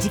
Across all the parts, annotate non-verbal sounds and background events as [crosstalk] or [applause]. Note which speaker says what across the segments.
Speaker 1: 時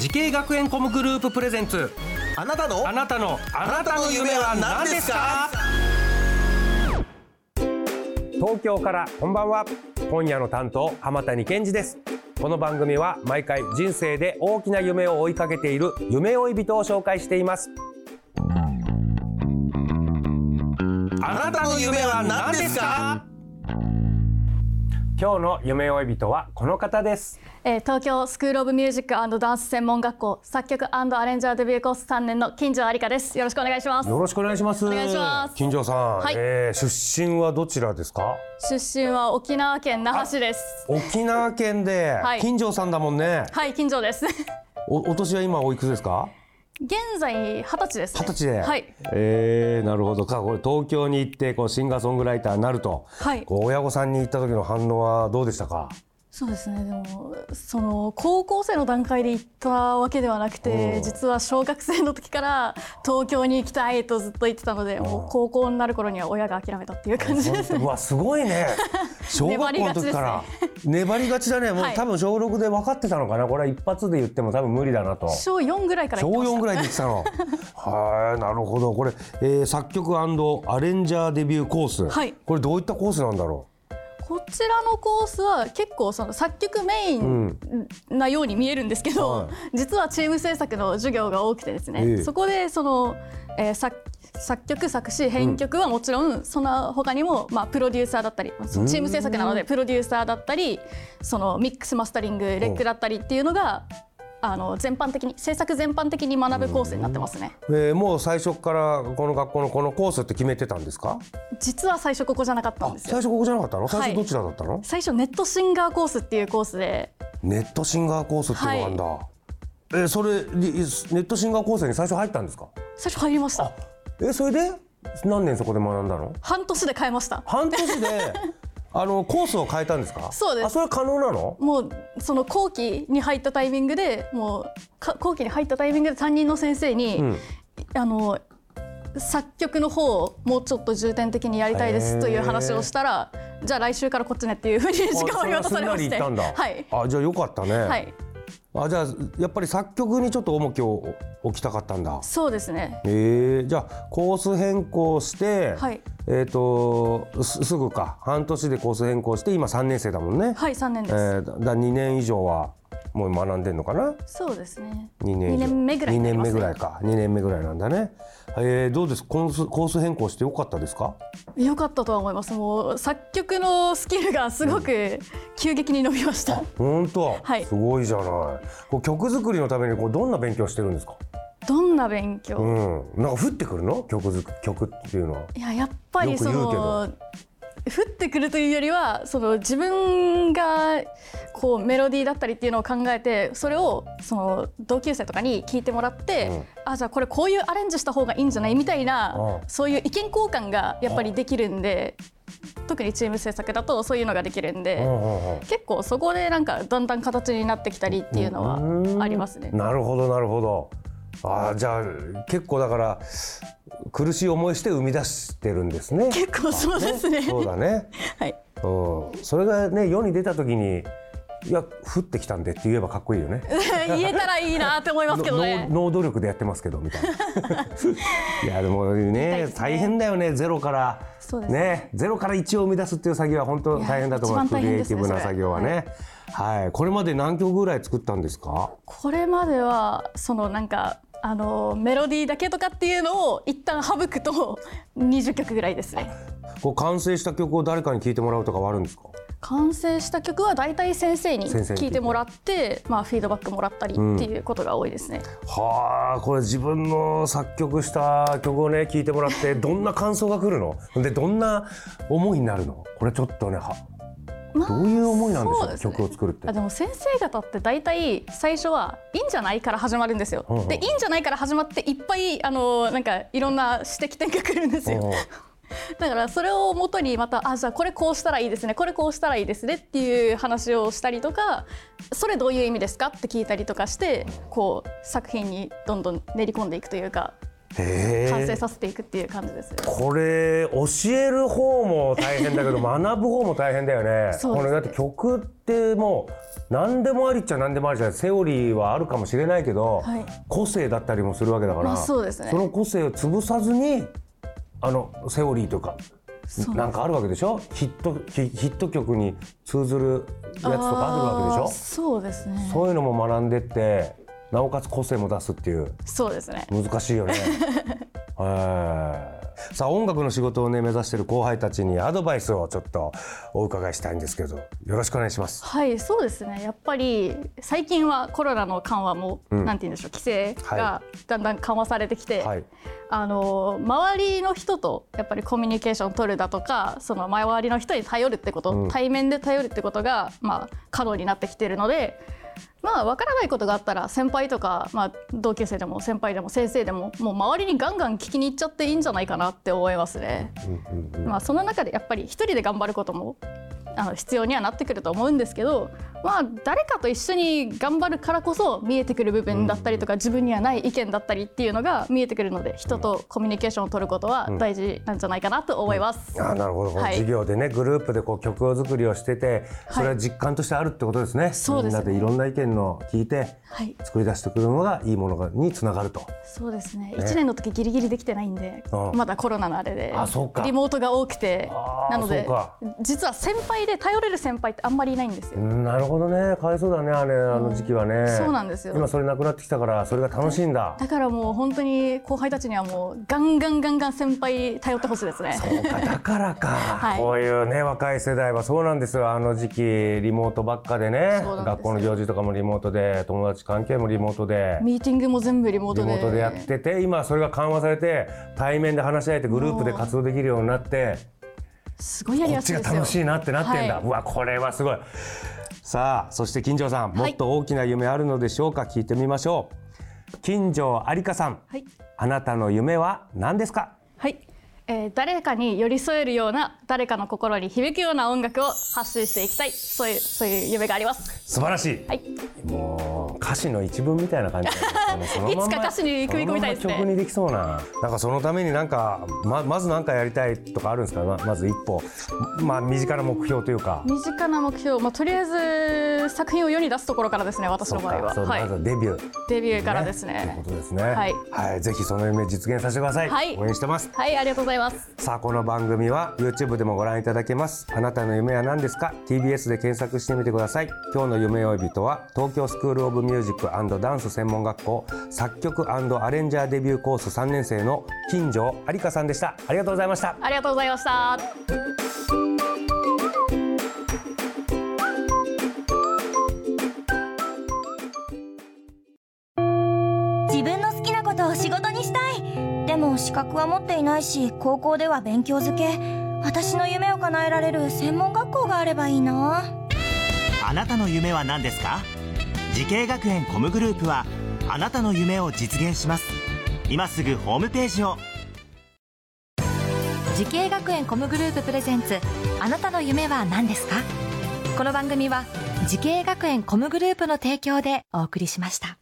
Speaker 2: 時系学園コムグループプレゼンツ
Speaker 3: あなたの
Speaker 2: あなたのあなたの夢は何ですか東京からこんばんは今夜の担当浜谷健二ですこの番組は毎回人生で大きな夢を追いかけている夢追い人を紹介していますあなたの夢は何ですか今日の夢追い人はこの方です
Speaker 4: えー東京スクールオブミュージックダンス専門学校作曲アレンジャーデビューコース3年の金城ありかですよろしくお願いします
Speaker 2: よろしくお願いします。
Speaker 4: お願いします
Speaker 2: 金城さん、
Speaker 4: はい
Speaker 2: えー出身はどちらですか？
Speaker 4: 出身は沖縄県那覇市です
Speaker 2: 沖縄県で、
Speaker 4: はい
Speaker 2: 金城さんだもんね。
Speaker 4: はい金城です
Speaker 2: おお年は今おいくつですか？
Speaker 4: 現在二十歳ですね
Speaker 2: 二十歳で。
Speaker 4: はい。
Speaker 2: えー、なるほどか。これ東京に行ってこうシンガーソングライターになると、
Speaker 4: はい
Speaker 2: こう親御さんに行った時の反応はどうでしたか？
Speaker 4: そうですねでもその高校生の段階で行ったわけではな
Speaker 2: う
Speaker 4: く
Speaker 2: ん
Speaker 4: て実は小学生の時から東京に行きたいとずっと言ってたのでもう高校になる頃には親が諦めたっていう感じです
Speaker 2: うわすごい
Speaker 4: [laughs]
Speaker 2: ね。小学校の時から粘りがちだね。もう、
Speaker 4: はい
Speaker 2: 多分小6で分かってたのかな。これは一発で言っても多分無理だなと。
Speaker 4: 小4ぐらいから行
Speaker 2: 小
Speaker 4: ってました
Speaker 2: 4ぐらいで言ってた
Speaker 4: [laughs]
Speaker 2: のはいなるほどこれ、えー作曲アレンジャーデビューコース、
Speaker 4: はい
Speaker 2: これどういったコースなんだろ
Speaker 4: こちらのコースは結構その作曲メインなように見えるんですけど、
Speaker 2: はい
Speaker 4: 実はチーム制作の授業が多くてですね、
Speaker 2: ええ
Speaker 4: そこでその、えー作作曲作詞編曲はもちろん、その他にも、まあ、プロデューサーだったりそのチーム制作なのでプロデューサーだったりそのミックスマスタリングレックだったりっていうのがあの全般的に制作全般的に学ぶコースになってますね
Speaker 2: う、えーもう最初からこの学校のこのコースって決めてたんですか
Speaker 4: 実は最初ここじゃなかったん
Speaker 2: あ
Speaker 4: です
Speaker 2: 最
Speaker 4: よ
Speaker 2: 初ここじゃなかったの最
Speaker 4: は
Speaker 2: 初
Speaker 4: い
Speaker 2: どちらだったの、
Speaker 4: 最初ネットシンガーコースっていうコースで
Speaker 2: ネットシンガーコースっていうのがあるんだ、えーそれにネットシンガーコースに最初入ったんですか
Speaker 4: 最初入りました
Speaker 2: えーそれで何年そこで学んだの
Speaker 4: 半年で変えました
Speaker 2: 半年で
Speaker 4: [laughs]
Speaker 2: あのコースを変えたんですか
Speaker 4: そうです
Speaker 2: あそれは可能なの
Speaker 4: もうその後期に入ったタイミングでもうか後期に入ったタイミングで担任の先生に、
Speaker 2: ん
Speaker 4: あの作曲の方をもうちょっと重点的にやりたいで
Speaker 2: へー
Speaker 4: すという話をしたらじゃあ来週からこっちねっていうふうに時間を渡されまして
Speaker 2: あそれはすんなり行ったんだ。
Speaker 4: はい、
Speaker 2: あじゃあよかったね。
Speaker 4: はい、
Speaker 2: あじゃあやっぱり作曲にちょっと重きを置きたかったんだ。
Speaker 4: そうですね
Speaker 2: えー、じゃあコース変更して、
Speaker 4: はい
Speaker 2: えっ、とすすぐか半年でコース変更して今三年生だもんね。
Speaker 4: はい3年
Speaker 2: え
Speaker 4: です、
Speaker 2: ーだだ二年以上はもう学んでんのかな。
Speaker 4: そうですね
Speaker 2: 二年以上
Speaker 4: 二年目ぐらいに
Speaker 2: 二
Speaker 4: な
Speaker 2: 年
Speaker 4: りま
Speaker 2: 目
Speaker 4: す
Speaker 2: ぐ
Speaker 4: ね
Speaker 2: らいか二年目ぐらいなんだね。えー、どうですコースコース変更してよかったですか。
Speaker 4: 良かったとは思いますもう作曲のスキルがすごく急激に伸びました、
Speaker 2: 本当、
Speaker 4: はい
Speaker 2: すごいじゃない。こう曲作りのためにこうどんな勉強してるんですか。
Speaker 4: どんな勉強、
Speaker 2: うん、なんか降ってくるの曲づ曲っていうのはい
Speaker 4: ややっぱりそ
Speaker 2: よく言
Speaker 4: の降ってくるというよりはその自分がこうメロディーだったりっていうのを考えてそれをその同級生とかに聞いてもらって、あじゃあこれこういうアレンジした方がいいんじゃないみたいな、
Speaker 2: うん
Speaker 4: そういう意見交換がやっぱりできるんで、特にチーム制作だとそういうのができるんで、
Speaker 2: うんうん
Speaker 4: 結構そこでなんかだんだん形になってきたりっていうのはありますね
Speaker 2: うん。なるほどなるほどあーじゃあ結構だから苦しい思いして生み出してるんですね
Speaker 4: 結構そうですね。
Speaker 2: そうだね、
Speaker 4: はい [laughs]
Speaker 2: うん、それがね世に出た時にいや降ってきたんでって言えばかっこいいよね
Speaker 4: 言えたらいいなって思いますけどね。
Speaker 2: ノー努力でやってますけどみ
Speaker 4: [laughs]
Speaker 2: たいないやでもね
Speaker 4: いですね
Speaker 2: 大変だよねゼロから
Speaker 4: そうです
Speaker 2: ね
Speaker 4: ね
Speaker 2: ゼロから一を生み出すっていう作業は本当大変だと思います
Speaker 4: いや
Speaker 2: ク
Speaker 4: 一番大
Speaker 2: リエ
Speaker 4: 変
Speaker 2: イ
Speaker 4: です
Speaker 2: テ
Speaker 4: ね
Speaker 2: ィブな作業はねはい、これまで何曲ぐらい作ったんですか
Speaker 4: これまではそのなんかあのメロディーだけとかっていうのを一旦省くと20曲ぐらいですね
Speaker 2: こう完成した曲を誰かに聴いてもらうとかはあるんですか
Speaker 4: 完成した曲は大体先生に
Speaker 2: 先生に聞いて
Speaker 4: 聞いてもらって、まあ、フィードバックもらったりっていうことが多いですね、
Speaker 2: はあこれ自分の作曲した曲をね聴いてもらってどんな感想が来るのでどんな思いになるのこれちょっとねは
Speaker 4: まあ
Speaker 2: どういう思いなんでしょ
Speaker 4: そううですね
Speaker 2: 曲を作るって
Speaker 4: あでも先生方って大体最初は「いいんじゃない?」から始まるんですよ。
Speaker 2: うんうん
Speaker 4: で「いいんじゃない?」から始まっていっぱいあのなんかいろんな指摘点が来るんです
Speaker 2: うん
Speaker 4: よ。だからそれを元にまた「あじゃあこれこうしたらいいですねこれこうしたらいいですね」っていう話をしたりとか「それどういう意味ですか?」って聞いたりとかしてこう作品にどんどん練り込んでいくというか
Speaker 2: へ
Speaker 4: 完成
Speaker 2: え
Speaker 4: させていくっていう感じです。
Speaker 2: これ教える方も大変だけど学ぶ方も大変だよね
Speaker 4: そうで
Speaker 2: こ
Speaker 4: すね
Speaker 2: れだって曲ってもう何でもありっちゃ何でもありじゃないセオリーはあるかもしれないけど、
Speaker 4: はい
Speaker 2: 個性だったりもするわけだから、
Speaker 4: まあそうですね
Speaker 2: その個性を潰さずにあのセオリーとか
Speaker 4: そう
Speaker 2: なんかあるわけでしょヒットヒヒット曲に通ずるやつとかあるわけ
Speaker 4: あ
Speaker 2: で
Speaker 4: ー
Speaker 2: しょ
Speaker 4: そうですね
Speaker 2: そういうのも学んでってなおかつ個性も出すっていう
Speaker 4: そうですね
Speaker 2: 難しい
Speaker 4: [laughs]
Speaker 2: よね。はいさあ音楽の仕事をね目指してる後輩たちにアドバイスをちょっとお伺いしたいんですけどよろしくお願いします。
Speaker 4: はい、そうですね。やっぱり最近はコロナの緩和も、
Speaker 2: うん
Speaker 4: なんて言うんでしょう、規制
Speaker 2: は
Speaker 4: がだんだん緩和されてきて、
Speaker 2: はい、
Speaker 4: あの周りの人とやっぱりコミュニケーション取るだとか、その周りの人に頼るってこと、
Speaker 2: うん
Speaker 4: 対面で頼るってことがまあ可能になってきているので。まあ、分からないことがあったら先輩とか、まあ、同級生でも先輩でも先生でももう周りにガンガン聞きに行っちゃっていいんじゃないかなって思いますね。
Speaker 2: うんうんうん
Speaker 4: まあ、その中でやっぱり一人で頑張ることもあの必要にはなってくると思うんですけど、まあ、誰かと一緒に頑張るからこそ見えてくる部分だったりとか、自分にはない意見だったりっていうのが見えてくるので人とコミュニケーションを取ることは大事なんじゃないかなと思います。
Speaker 2: あーなるほど、この
Speaker 4: はい
Speaker 2: 授業でねグループでこう曲を作りをしててそれは実感としてあるってことですね、
Speaker 4: そうですね
Speaker 2: みんなでいろんな意見の聞いて
Speaker 4: はい、
Speaker 2: 作り出してくるのがいいものがにつながると
Speaker 4: そうですね1年の時ギリギリできてないんで、
Speaker 2: うん
Speaker 4: まだコロナのあれで
Speaker 2: あそうか
Speaker 4: リモートが多くて
Speaker 2: あー
Speaker 4: なので
Speaker 2: そうか
Speaker 4: 実は先輩で頼れる先輩ってあんまりいないんですよ。
Speaker 2: うんなるほどねかわいそうだねあれあの時期はね、
Speaker 4: そうなんですよ
Speaker 2: 今それなくなってきたからそれが楽しいんだ
Speaker 4: だからもう本当に後輩たちにはもうガンガンガンガン先輩頼ってほしいですね。
Speaker 2: そうかだからか、
Speaker 4: い
Speaker 2: こういうね若い世代はそうなんですよあの時期リモートばっかでね
Speaker 4: そうなんですよ
Speaker 2: 学校の行事とかもリモートで友達関係もリモートで
Speaker 4: ミーティングも全部リモー
Speaker 2: リ
Speaker 4: トで
Speaker 2: モートでやってて今それが緩和されて対面で話し合えてグループで活動できるようになって
Speaker 4: すごいや
Speaker 2: こ
Speaker 4: り
Speaker 2: っ
Speaker 4: やす
Speaker 2: ち
Speaker 4: い
Speaker 2: が
Speaker 4: ですよ
Speaker 2: 楽しいなってなってんだ、
Speaker 4: はいう
Speaker 2: わこれはすごいさあそして金城さんも
Speaker 4: はい
Speaker 2: っと大きな夢あるのでしょうか、聞いてみましょう金城有香さん
Speaker 4: はい、
Speaker 2: あなたの夢は何ですか
Speaker 4: はいえー誰かに寄り添えるような誰かの心に響くような音楽を発信していきたいそういうそういう夢があります
Speaker 2: 素晴らしい
Speaker 4: はい
Speaker 2: もう歌詞の一文みたいな感じだねもうそのまんま
Speaker 4: いつか歌詞に組み込みたいですね
Speaker 2: そのまんま曲にできそうななんかそのためになんかままず何かやりたいとかあるんですかままず一歩まあ身近な目標というか
Speaker 4: 身近な目標、まあ、とりあえず作品を世に出すところからですね私
Speaker 2: そ
Speaker 4: の
Speaker 2: う
Speaker 4: 場合
Speaker 2: か
Speaker 4: は、
Speaker 2: そう
Speaker 4: はい
Speaker 2: まず、はデビュー
Speaker 4: デビューからですね
Speaker 2: ということですねは
Speaker 4: はいい、
Speaker 2: ぜひその夢実現させてください、
Speaker 4: はい
Speaker 2: 応援してます
Speaker 4: はいありがとうございます
Speaker 2: さあこの番組は YouTube でもご覧いただけますあなたの夢は何ですか TBS で検索してみてください今日の夢追い人は東京スクールオブミュージックダンス専門学校作曲アレンジャーデビューコース3年生の金城有香さんでしたありがとうございました
Speaker 4: ありがとうございました
Speaker 3: 自分の好きなことを仕事にしたいでも資格は持っていないし高校では勉強づけ私の夢を叶えられる専門学校があればいいな
Speaker 5: あなたの夢は何ですか時系学園コムグループはあなたの夢を実現します今すぐホームページを
Speaker 1: 時系学園コムグループプレゼンツあなたの夢は何ですかこの番組は時系学園コムグループの提供でお送りしました